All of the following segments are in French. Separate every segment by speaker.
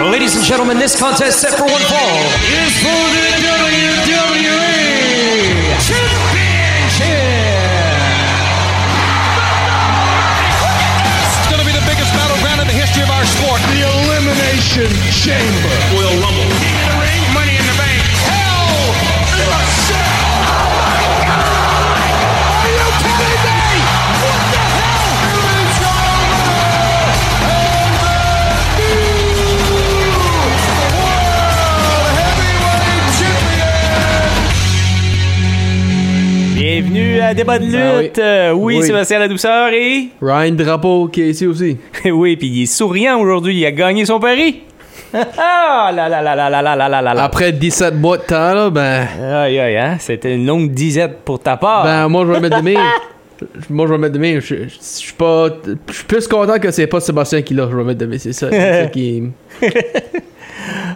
Speaker 1: Ladies and gentlemen, this contest set for one fall is for the WWE Championship.
Speaker 2: It's going to be the biggest battleground in the history of our sport.
Speaker 3: The Elimination Chamber.
Speaker 2: Royal Rumble. King of the Ring. Money in the Bank. Hell in a Cell. Oh my God! Are you kidding me? What the hell? It's over.
Speaker 4: Bienvenue à Débat de lutte.
Speaker 5: Ah oui.
Speaker 4: Euh, oui,
Speaker 5: Oui.
Speaker 4: Sébastien La Douceur et.
Speaker 5: Ryan Drapeau qui est ici aussi.
Speaker 4: oui, puis il est souriant aujourd'hui. Il a gagné son pari. ah là là là là là là là là là là.
Speaker 5: Après 17 mois de temps, là, ben,
Speaker 4: Aïe aïe, hein? C'était une longue disette pour ta part.
Speaker 5: ben moi je vais mettre des mains. Moi je vais mettre des mains. Je je- je suis pas. Je suis plus content que c'est pas Sébastien qui l'a. Je vais mettre des mains. C'est ça. c'est ça qui...
Speaker 4: oh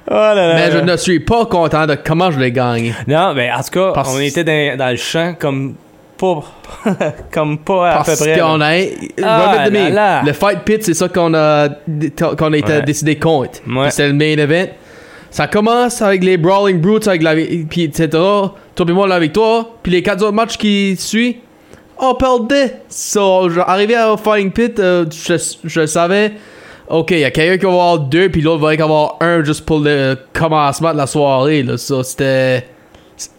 Speaker 4: là là.
Speaker 5: Mais je
Speaker 4: là.
Speaker 5: ne suis pas content de comment je l'ai gagné.
Speaker 4: Non, mais en tout cas,
Speaker 5: Parce-
Speaker 4: on était dans, dans le champ comme pas. comme pas à
Speaker 5: Parce
Speaker 4: peu près.
Speaker 5: qu'on
Speaker 4: là.
Speaker 5: a.
Speaker 4: Ah
Speaker 5: Robert
Speaker 4: là là.
Speaker 5: Le fight pit, c'est ça qu'on a, qu'on a été
Speaker 4: Ouais.
Speaker 5: décidé contre.
Speaker 4: Ouais.
Speaker 5: Puis C'était le main event. Ça commence avec les Brawling Brutes, avec la, vi- puis etc. Toi et moi, la victoire. Puis les quatre autres matchs qui suivent, on perdait. So, je- arrivé au Fighting Pit, euh, je, je savais, ok, il y a quelqu'un qui va avoir deux, puis l'autre va avoir un juste pour le commencement de la soirée. Là. So, c'était.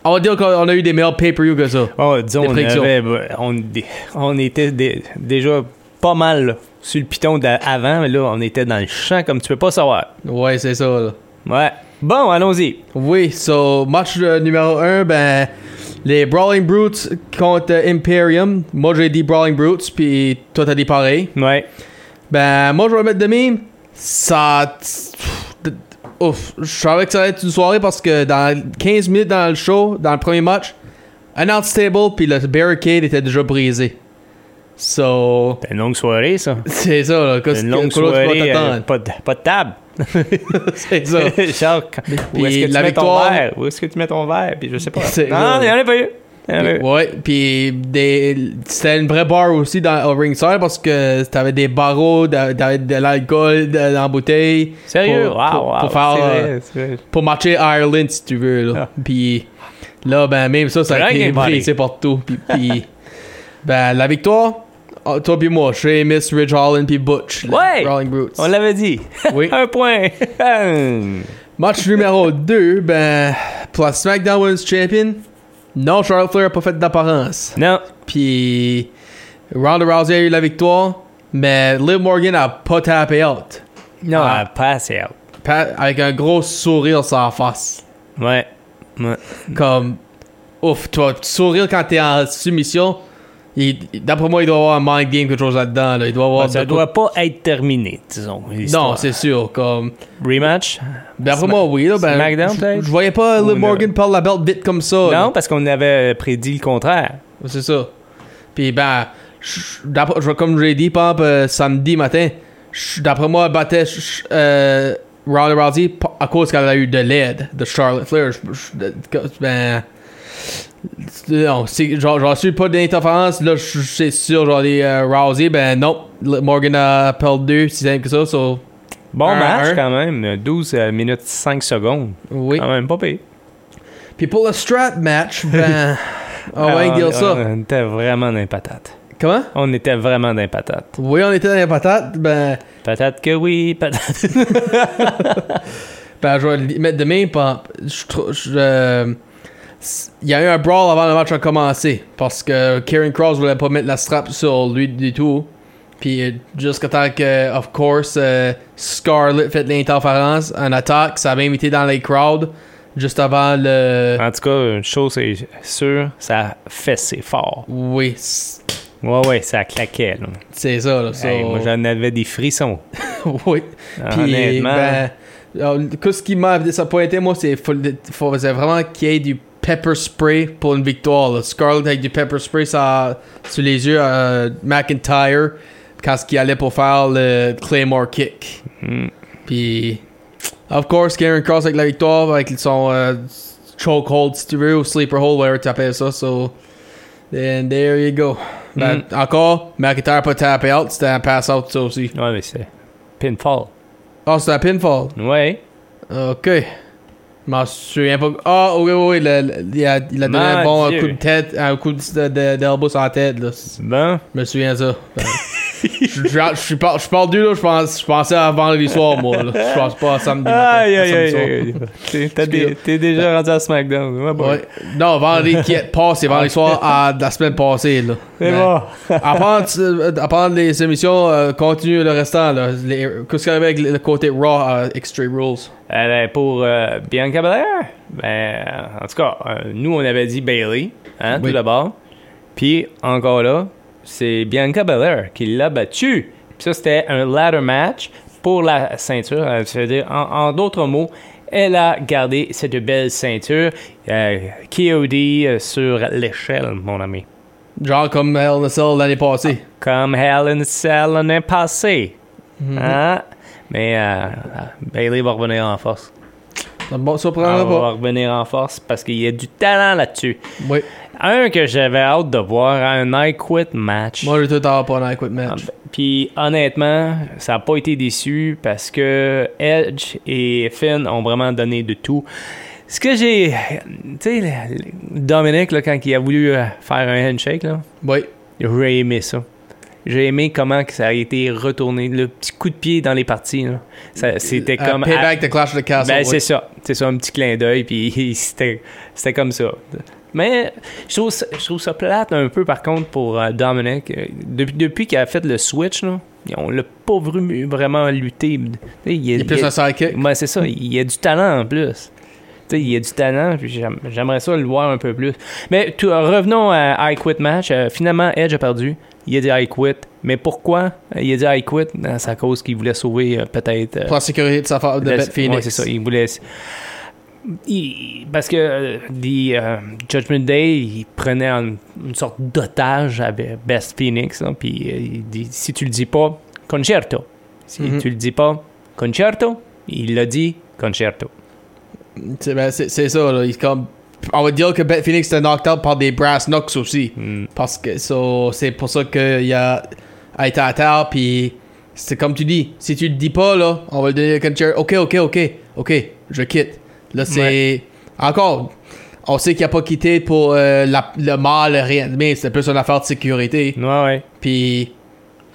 Speaker 5: On va dire qu'on a eu des meilleurs pay-per-view que ça.
Speaker 4: Oh, disons,
Speaker 5: Des
Speaker 4: on,
Speaker 5: frictions.
Speaker 4: avait- ben, on, dé- on était dé- déjà pas mal sur le piton d'a- avant, mais là, on était dans le champ comme tu peux pas savoir.
Speaker 5: Ouais, c'est ça. Là.
Speaker 4: Ouais. Bon, allons-y.
Speaker 5: Oui, so match euh, numéro 1, ben les Brawling Brutes contre euh, Imperium. Moi j'ai dit Brawling Brutes, puis toi t'as dit pareil.
Speaker 4: Ouais.
Speaker 5: Ben moi je vais mettre de mime. Ça. pff, de- Ouf, je savais que ça allait être une soirée parce que dans 15 minutes dans le show, dans le premier match, Announce Table puis le barricade était déjà brisé. So.
Speaker 4: C'est une longue soirée, ça.
Speaker 5: C'est ça là,
Speaker 4: C'est
Speaker 5: qu'est-ce
Speaker 4: une
Speaker 5: que
Speaker 4: longue
Speaker 5: que l'autre va
Speaker 4: soirée. euh,
Speaker 5: t'attendre.
Speaker 4: pas, de, pas de table.
Speaker 5: C'est ça.
Speaker 4: Genre, quand- où est-ce
Speaker 5: puis
Speaker 4: que tu
Speaker 5: la
Speaker 4: mets
Speaker 5: victoire-
Speaker 4: ton verre? Où est-ce que tu mets ton verre? Puis je sais pas.
Speaker 5: C'est-
Speaker 4: Non, il n'y en a pas eu. Il y en a pas eu.
Speaker 5: Ouais, puis des- c'était une vraie bar aussi dans au ringside parce que t'avais des barreaux, d'a- t'avais de l'alcool de- dans la bouteille.
Speaker 4: Sérieux?
Speaker 5: Pour,
Speaker 4: Wow,
Speaker 5: pour-
Speaker 4: wow,
Speaker 5: pour faire,
Speaker 4: c'est vrai, Ah.
Speaker 5: euh,
Speaker 4: c'est vrai.
Speaker 5: pour matcher Ireland si tu veux. Là. Puis là, ben même ça, ça
Speaker 4: Drink
Speaker 5: a été
Speaker 4: and party.
Speaker 5: brisé partout. Puis, puis ben la victoire, oh, toi puis moi, chez Miss Ridge Holland puis Butch. les
Speaker 4: Ouais!
Speaker 5: Brawling Brutes.
Speaker 4: On l'avait dit.
Speaker 5: Oui.
Speaker 4: Un point.
Speaker 5: Match numéro 2, ben pour la SmackDown Women's Champion, non, Charlotte Flair a pas fait d'apparence.
Speaker 4: non.
Speaker 5: Puis Ronda Rousey a eu la victoire, mais Liv Morgan a pas tapé out.
Speaker 4: Non. Ah, pass out.
Speaker 5: Pa- avec un gros sourire sur la face.
Speaker 4: Ouais. Ouais.
Speaker 5: Comme, ouf, toi, sourire quand t'es en soumission. il- D'après moi, il doit avoir un mind game, quelque chose là-dedans. là. Il doit avoir.
Speaker 4: Ça
Speaker 5: de
Speaker 4: doit
Speaker 5: quoi-
Speaker 4: pas être terminé, disons.
Speaker 5: Oh, ben, Non,
Speaker 4: l'histoire.
Speaker 5: c'est sûr. Comme,
Speaker 4: Rematch?
Speaker 5: d'après
Speaker 4: Sma-
Speaker 5: moi, oui. Là, ben,
Speaker 4: Smackdown,
Speaker 5: je-
Speaker 4: peut-être?
Speaker 5: Je voyais pas
Speaker 4: Ou
Speaker 5: Liv
Speaker 4: le-
Speaker 5: Morgan perdre la belt vite comme ça. là.
Speaker 4: Non, parce qu'on avait prédit le contraire.
Speaker 5: C'est ça. Puis ben, je- d'après- je- comme je l'ai dit, par exemple, euh, samedi matin, je- d'après moi, elle battait je- euh, Ronda Rousey pa- à cause qu'elle a eu de l'aide de Charlotte Flair. Je- je- de- que- ben, non, c'est- j'en j'en suis pas d'interférence. Là, je- c'est sûr, genre les euh, Rousey, ben non, Le- Morgan a perdu, si simple que ça. so,
Speaker 4: Bon
Speaker 5: Un,
Speaker 4: match,
Speaker 5: un.
Speaker 4: quand même. 12 euh, minutes 5 secondes.
Speaker 5: oui.
Speaker 4: Quand même Ah pas pire.
Speaker 5: Puis pour le strap match, ben, on
Speaker 4: Ah,
Speaker 5: va dire ça.
Speaker 4: On était vraiment dans les patates.
Speaker 5: Comment?
Speaker 4: On était vraiment dans les patates.
Speaker 5: Oui, on était dans les patates, ben.
Speaker 4: Patates que oui, patates.
Speaker 5: Ben, je vais le mettre demain. pas- Je, trou- je, euh, s- il y a eu un brawl avant le match a commencé parce que Karen Cross voulait pas mettre la strap sur lui du tout. Puis euh, jusqu'à temps que, of course, euh, Scarlett fait de l'interférence en attaque, ça avait invité dans les crowds juste avant le.
Speaker 4: En tout cas, une chose c'est sûre, ça fessait fort.
Speaker 5: Oui, c-
Speaker 4: Ouais, ouais, ça claquait. Là.
Speaker 5: c'est ça. Là, so-
Speaker 4: Hey, moi, j'en avais des frissons.
Speaker 5: oui. Puis,
Speaker 4: Ah, Honnêtement.
Speaker 5: ben, alors, que ce qui m'a désappointé, moi, c'est faut- faut- c'est vraiment qu'il y ait du pepper spray pour une victoire. là. Scarlett avec du pepper spray ça, sur les yeux à McIntyre quand ce qu'il allait pour faire le Claymore kick.
Speaker 4: Mm.
Speaker 5: Puis, of course, Karen Cross avec la victoire, avec son euh, chokehold, si tu veux, ou sleeper hold, whatever tu appelles ça. So, then there you go. Ben, Encore, McIntyre pas tapé out, c'était un pass out, ça aussi.
Speaker 4: Ouais, mais c'est pinfall.
Speaker 5: Ah, c'est la pinfall.
Speaker 4: Ouais.
Speaker 5: Ok. Je m'en souviens pas. Ah, oui, oui, oui. le- le- il, a, il a donné
Speaker 4: Mon
Speaker 5: un bon
Speaker 4: Dieu.
Speaker 5: coup de tête, un coup de- de- d'elbow sur la tête. Là. Je
Speaker 4: Bon.
Speaker 5: me souviens de ça. Je je- je suis par- je suis perdu, là. Je pense- je pensais à vendredi soir, moi. là. Je pense pas à samedi matin.
Speaker 4: Aïe,
Speaker 5: à
Speaker 4: aïe,
Speaker 5: samedi
Speaker 4: aïe,
Speaker 5: soir.
Speaker 4: aïe. T'es- t'as des- T'es déjà rendu à SmackDown. Ouais, bon.
Speaker 5: Ouais. Non, vendredi qui est passé, vendredi soir à la semaine passée. Là.
Speaker 4: Ah. C'est
Speaker 5: Mais-
Speaker 4: bon.
Speaker 5: à part, euh, à part les émissions, euh, continue le restant. là. Les- Qu'est-ce qu'il y avait avec le côté Raw à Extreme Rules?
Speaker 4: Eh ben, pour euh, Bianca Belair, ben, euh, en tout cas, euh, nous, on avait dit Bailey, hein,
Speaker 5: Oui.
Speaker 4: tout d'abord. Puis, encore là, c'est Bianca Belair qui l'a battue. Puis ça, c'était un ladder match pour la ceinture. Euh, Ça veut dire, en, en d'autres mots, elle a gardé cette belle ceinture euh, KOD euh, sur l'échelle, mon ami.
Speaker 5: Genre comme Hell in a Cell l'année passée.
Speaker 4: Comme Helen Cell l'année passée. Hein? Mais euh, Bailey va revenir en force.
Speaker 5: Ça me surprendra
Speaker 4: Ah, On va
Speaker 5: pas.
Speaker 4: revenir en force parce qu'il y a du talent là-dessus.
Speaker 5: Oui.
Speaker 4: Un que j'avais hâte de voir, un I Quit match. Ah, ben,
Speaker 5: Moi, j'ai tout à pour un I Quit match.
Speaker 4: Puis honnêtement, ça n'a pas été déçu parce que Edge et Finn ont vraiment donné de tout. Ce que j'ai. Tu sais, le- le- Dominic, là, quand il a voulu euh, faire un handshake, là,
Speaker 5: Oui.
Speaker 4: j'ai aimé ça. J'ai aimé comment que ça a été retourné. Le petit coup de pied dans les parties. là. Ça- C'était
Speaker 5: Euh,
Speaker 4: comme.
Speaker 5: Payback de Clash of the Castle.
Speaker 4: Ben,
Speaker 5: oui.
Speaker 4: c'est ça. C'est ça, un petit clin d'œil, puis c'était c'était comme ça. Mais je trouve, ça- je trouve ça plate un peu, par contre, pour euh, Dominic. Euh, Depuis, depuis qu'il a fait le switch, là, on l'a pas vru- vraiment lutté. Tu sais, Il, a-
Speaker 5: Il est plus
Speaker 4: il a-
Speaker 5: un sidekick.
Speaker 4: ben, c'est ça. Il y a du talent en plus. Tu sais, il y a du talent, puis j'aime- j'aimerais ça le voir un peu plus. Mais tout- revenons à I Quit Match. Euh, finalement, Edge a perdu. Il a dit I Quit. Mais pourquoi il a dit I Quit? Euh, C'est à cause qu'il voulait sauver euh, peut-être... euh,
Speaker 5: Pour la sécurité de sa femme, de
Speaker 4: le-
Speaker 5: Beth Phoenix.
Speaker 4: ouais, c'est ça. Il voulait. il- parce que euh, The euh, Judgment Day, il prenait en- une sorte d'otage à Be- Best Phoenix. hein, Puis euh, il dit si tu le dis pas, concerto. Si
Speaker 5: Mhm.
Speaker 4: tu le dis pas, concerto, il l'a dit concerto.
Speaker 5: C'est- ben, c'est- c'est ça, là. Il est comme... On va dire que Beth Phoenix était knocked out par des brass knocks aussi.
Speaker 4: Mm.
Speaker 5: Parce que so, c'est pour ça qu'il a, a été à terre, puis c'est comme tu dis, si tu le dis pas, là, on va le donner le concerto. Ok, ok, ok, ok, je quitte. Là, c'est. Encore, on sait qu'il a pas quitté pour euh, la- le mal, rien, mais c'est plus une affaire de sécurité.
Speaker 4: Ouais, ouais.
Speaker 5: Puis,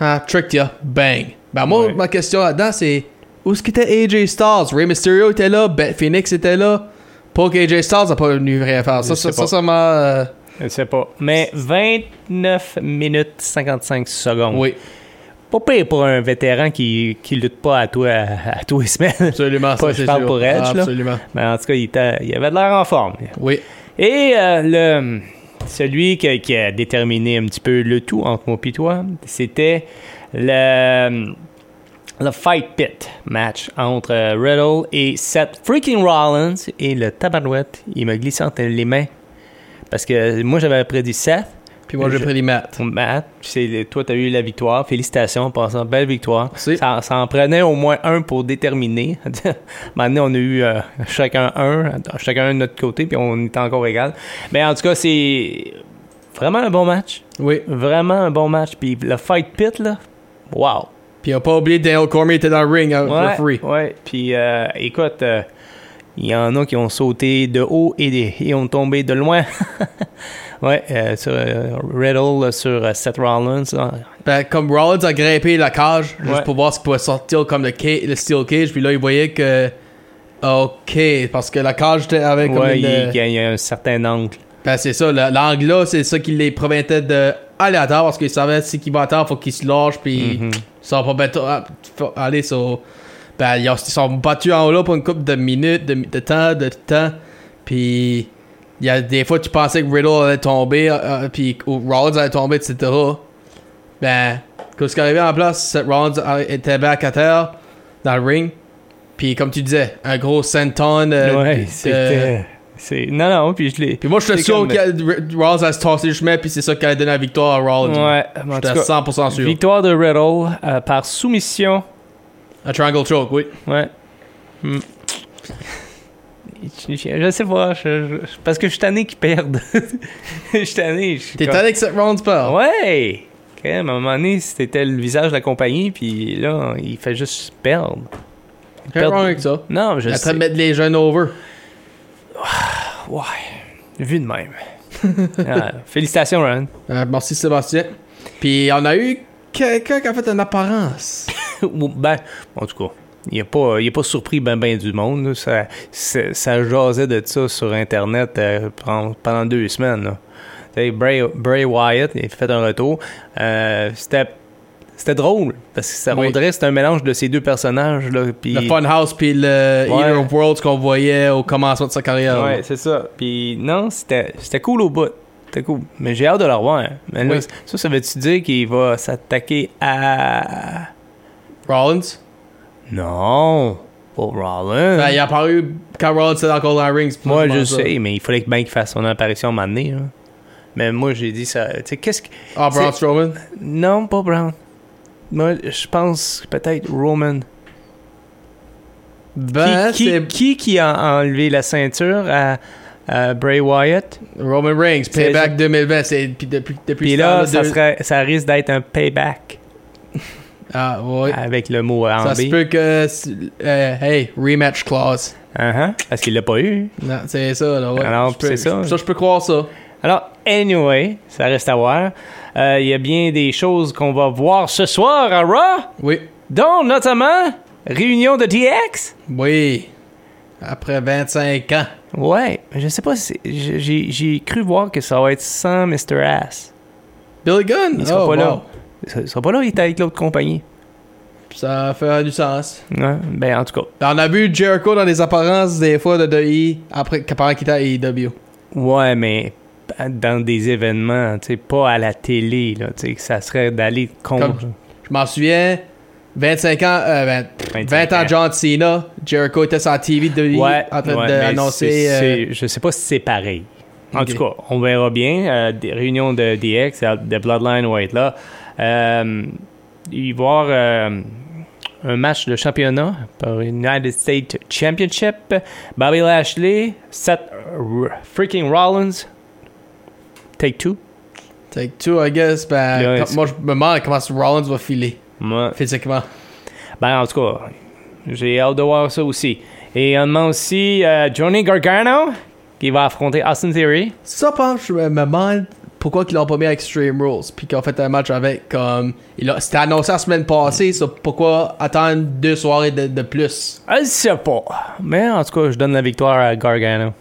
Speaker 5: ah, tricked ya, bang. Ben, moi,
Speaker 4: Ouais.
Speaker 5: ma question là-dedans, c'est où est-ce qu'était AJ Styles Ray Mysterio était là, Beth Phoenix était là. Pas qu'AJ Styles n'a pas venu rien faire.
Speaker 4: Je
Speaker 5: Ça,
Speaker 4: sais
Speaker 5: ça, ça,
Speaker 4: pas.
Speaker 5: ça m'a. euh,
Speaker 4: Je sais pas. Mais 29 minutes 55 secondes.
Speaker 5: oui,
Speaker 4: Pas pire pour un vétéran qui, qui lutte pas à toi à, tous les semaines.
Speaker 5: absolument.
Speaker 4: Pas,
Speaker 5: ça,
Speaker 4: je
Speaker 5: c'est
Speaker 4: parle
Speaker 5: sûr.
Speaker 4: pour Edge, là.
Speaker 5: Absolument.
Speaker 4: Mais en tout cas, il, était- il avait de l'air en forme.
Speaker 5: Oui.
Speaker 4: Et euh, le, celui que- qui a déterminé un petit peu le tout entre moi et toi, c'était le, le Fight Pit match entre euh, Riddle et Seth freaking Rollins. Et le tabarouette, il me glissant entre les mains. Parce que moi, j'avais prédit Seth.
Speaker 5: Puis moi, j'ai
Speaker 4: Je-
Speaker 5: pris les maths.
Speaker 4: Matt, c'est- toi, tu as eu la victoire. Félicitations, en passant. Belle victoire.
Speaker 5: Merci.
Speaker 4: Ça, ça en prenait au moins un pour déterminer. Maintenant, on a eu euh, chacun un, chacun un de notre côté, puis on est encore égal. Mais en tout cas, c'est vraiment un bon match.
Speaker 5: Oui.
Speaker 4: Vraiment un bon match. Puis le fight pit, là, wow.
Speaker 5: Puis on a pas oublié Daniel Cormier était dans le ring euh,
Speaker 4: Ouais,
Speaker 5: referee.
Speaker 4: ouais. Puis euh, écoute, euh, il y en a qui ont sauté de haut et, des- et ont tombé de loin. ouais, euh, sur euh, Riddle, sur euh, Seth Rollins. hein.
Speaker 5: Ben, comme Rollins a grimpé la cage juste
Speaker 4: Ouais.
Speaker 5: pour voir ce qui pouvait sortir comme le, ca- le steel cage. Puis là, il voyait que. Ok, parce que la cage était avec comme
Speaker 4: Ouais,
Speaker 5: une,
Speaker 4: il,
Speaker 5: euh,
Speaker 4: il y a- il y a un certain angle.
Speaker 5: Ben, c'est ça, le- l'angle là, c'est ça qui les promettait de aller à terre parce qu'ils savaient si qu'il va à terre, faut qu'ils se lâchent, puis
Speaker 4: Mhm.
Speaker 5: ça va pas mettre- ah, faut aller sur. Ben, ils ont- ils sont battus en haut là pour une couple de minutes, de, de temps, de temps, puis il y a des fois tu pensais que Riddle allait tomber, euh, euh, puis que Rollins allait tomber, etc. Ben, qu'est-ce qui arrivait en place, c'est que Rollins euh, était back à terre dans le ring, puis comme tu disais, un gros senton. euh, de-
Speaker 4: ouais, c'était. c'est- Non, non, puis je l'ai.
Speaker 5: puis moi, je suis
Speaker 4: C'est
Speaker 5: sûr
Speaker 4: comme-
Speaker 5: que Rawls a se tassé le chemin, puis c'est ça qui a donné la victoire à Rawls.
Speaker 4: Ouais, en
Speaker 5: J'étais
Speaker 4: tout cas,
Speaker 5: 100% sûr.
Speaker 4: victoire de Riddle euh, par soumission.
Speaker 5: Un triangle choke, oui.
Speaker 4: Ouais. Hmm. Je, je- je sais pas, je- je- parce que je suis tanné qu'ils perdent. je suis tanné. je suis
Speaker 5: T'es hein?
Speaker 4: comme-
Speaker 5: allé que cette Rawls part.
Speaker 4: Ouais! Quand même, à un moment donné, c'était le visage de la compagnie, puis là, il fait juste perdre.
Speaker 5: Rien de
Speaker 4: Perdre-
Speaker 5: wrong avec ça.
Speaker 4: Non, je
Speaker 5: Après
Speaker 4: sais.
Speaker 5: mettre les jeunes over.
Speaker 4: Ouais. Vu de même. Ah, félicitations, Ron.
Speaker 5: Euh, merci Sébastien. Puis on a eu quelqu'un qui a fait une apparence.
Speaker 4: Ou- ben, en tout cas, il n'est pas, il est pas surpris ben ben du monde. là. Ça, ça, ça jasait de ça sur Internet euh, pendant, pendant deux semaines. là. Tu sais, Bray, Bray Wyatt, il a fait un retour. Euh, c'était, c'était drôle, parce que ça,
Speaker 5: Oui.
Speaker 4: on dirait que c'était un mélange de ces deux personnages. Là, puis-
Speaker 5: Le Funhouse puis le
Speaker 4: Ouais.
Speaker 5: Eater of Worlds qu'on voyait au commencement de sa carrière.
Speaker 4: Ouais, c'est ça. Puis non, c'était, c'était cool au bout. C'était cool. Mais j'ai hâte de le revoir. Mais là,
Speaker 5: Oui.
Speaker 4: ça, ça veut-tu dire qu'il va s'attaquer à...
Speaker 5: Rollins.
Speaker 4: Non, pas Rollins.
Speaker 5: Ben, il est apparu quand Rollins était encore dans le ring. c'est pour
Speaker 4: Moi,
Speaker 5: ça que
Speaker 4: je
Speaker 5: pense ça.
Speaker 4: sais, mais il fallait que Ben fasse son apparition à un moment donné, là. Mais moi, j'ai dit ça. Tu sais, qu'est-ce que.
Speaker 5: Ah, Braun
Speaker 4: C'est-
Speaker 5: Strowman.
Speaker 4: Non, pas Brown. Moi, je pense peut-être Roman.
Speaker 5: Ben,
Speaker 4: qui,
Speaker 5: c'est
Speaker 4: qui, qui qui a enlevé la ceinture à, à Bray Wyatt?
Speaker 5: Roman Reigns,
Speaker 4: C'est-
Speaker 5: Payback 2020. C'est puis depuis, depuis
Speaker 4: Puis
Speaker 5: ce
Speaker 4: là,
Speaker 5: temps-là,
Speaker 4: ça,
Speaker 5: deux-
Speaker 4: serait, ça risque d'être un payback
Speaker 5: Ah, ouais.
Speaker 4: avec le mot en
Speaker 5: ça se
Speaker 4: B.
Speaker 5: peut que. c'est- euh, hey, rematch clause.
Speaker 4: Uh-huh, parce qu'il l'a pas eu.
Speaker 5: Non, c'est ça, là. Ouais.
Speaker 4: Alors,
Speaker 5: Je peux-
Speaker 4: c'est ça.
Speaker 5: Ça, je peux croire ça.
Speaker 4: Alors, anyway, ça reste à voir. Euh, Il y a bien des choses qu'on va voir ce soir à Raw,
Speaker 5: Oui.
Speaker 4: dont notamment réunion de DX.
Speaker 5: Oui. Après 25 ans.
Speaker 4: Ouais, je sais pas si. j- J'ai j'ai cru voir que ça va être sans Mr. Ass.
Speaker 5: Bill Gunn.
Speaker 4: Il sera
Speaker 5: Oh,
Speaker 4: pas
Speaker 5: wow.
Speaker 4: là. Il sera pas là, il est avec l'autre compagnie.
Speaker 5: Ça fait du sens.
Speaker 4: Ouais, ben, en tout cas.
Speaker 5: On a vu Jericho dans les apparences des fois de DI après pendant qu'il était à E AEW.
Speaker 4: Ouais, mais dans des événements, tu sais, pas à la télé, là. Tu sais, que ça serait d'aller contre.
Speaker 5: Je m'en souviens, 25 ans, euh, vingt-
Speaker 4: 25
Speaker 5: 20 ans
Speaker 4: ans.
Speaker 5: John Cena, Jericho était sur la TV de DI
Speaker 4: Ouais,
Speaker 5: en train
Speaker 4: ouais, mais
Speaker 5: d'annoncer.
Speaker 4: c'est-
Speaker 5: euh,
Speaker 4: c'est- Je sais pas si c'est pareil. En
Speaker 5: Ok.
Speaker 4: tout cas, on verra bien. Euh, des réunions de DX, euh, de Bloodline vont être là. Euh, il va y avoir euh, un match de championnat par United States Championship. Bobby Lashley, Seth R- freaking Rollins, Take Two.
Speaker 5: Take two, I guess. Ben,
Speaker 4: Là,
Speaker 5: quand-
Speaker 4: c'est-
Speaker 5: moi, je me demande comment Rollins va filer
Speaker 4: Moi,
Speaker 5: physiquement.
Speaker 4: Ben, en tout cas, j'ai hâte de voir ça aussi. Et on demande aussi euh, Johnny Gargano qui va affronter Austin Theory.
Speaker 5: Ça, par exemple, je me demande pourquoi ils l'ont pas mis à Extreme Rules, puis qu'ils ont fait un match avec comme. il a- C'était annoncé la semaine passée, ça pourquoi attendre deux soirées de, de plus
Speaker 4: Je sais pas. Mais en tout cas, je donne la victoire à Gargano.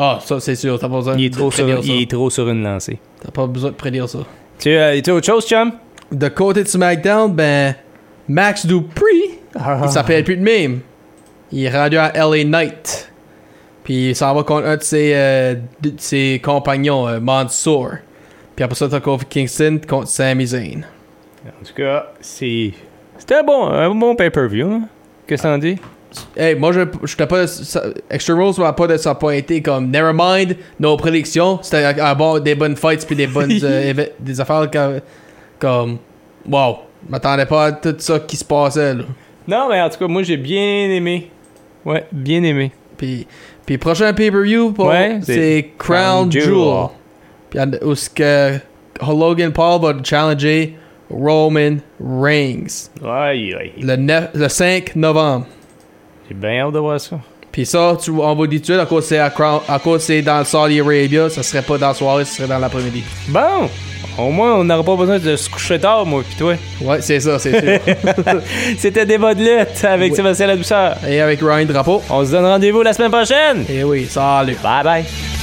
Speaker 5: Ah, ça, c'est sûr, t'as pas besoin
Speaker 4: Il est
Speaker 5: de
Speaker 4: trop sur,
Speaker 5: prédire ça.
Speaker 4: il est trop sur une lancée.
Speaker 5: T'as pas besoin de prédire ça.
Speaker 4: Tu as autre chose, chum?
Speaker 5: De côté de SmackDown, ben. Max Dupree,
Speaker 4: Ah.
Speaker 5: il s'appelle plus de même. Il est rendu à LA Knight. Puis il s'en va contre un de ses, euh, de ses compagnons, euh, Mansour. Puis après ça, t'as Kofi Kingston contre Sami Zayn.
Speaker 4: En tout cas, c'est. C'était un bon, un bon pay-per-view. hein. Qu'est-ce que t'en dis?
Speaker 5: Hey, moi, je j'étais pas. ça- Extreme Rules m'a pas désappointé comme Nevermind, nos prédictions. C'était un- un bon- des bonnes fights puis des bonnes euh, éve- des affaires comme. comme wow, je m'attendais pas à tout ça qui se passait là.
Speaker 4: Non, mais en tout cas, moi, j'ai bien aimé. Ouais, bien aimé.
Speaker 5: Puis, puis prochain pay-per-view, pour-
Speaker 4: Ouais,
Speaker 5: c'est
Speaker 4: c'est
Speaker 5: Crown
Speaker 4: Crown Jewel.
Speaker 5: Jewel. Puis and- où ce que Logan Paul va challenger Roman Reigns
Speaker 4: Aïe, aïe.
Speaker 5: le, 9 le 5 novembre.
Speaker 4: J'ai bien hâte de voir ça.
Speaker 5: Puis ça, tu, on va le dire tout de suite, à cause c'est à Crown- à cause c'est dans le Saudi Arabia, ça serait pas dans la soirée, ça serait dans l'après-midi.
Speaker 4: Bon! Au moins, on n'aura pas besoin de se coucher tard, moi, pis toi.
Speaker 5: Ouais, c'est ça, c'est sûr.
Speaker 4: C'était des bas de lutte avec
Speaker 5: Oui.
Speaker 4: Sébastien Ladouceur.
Speaker 5: Et avec Ryan Drapeau.
Speaker 4: On se donne rendez-vous la semaine prochaine.
Speaker 5: Et oui, salut.
Speaker 4: Bye bye.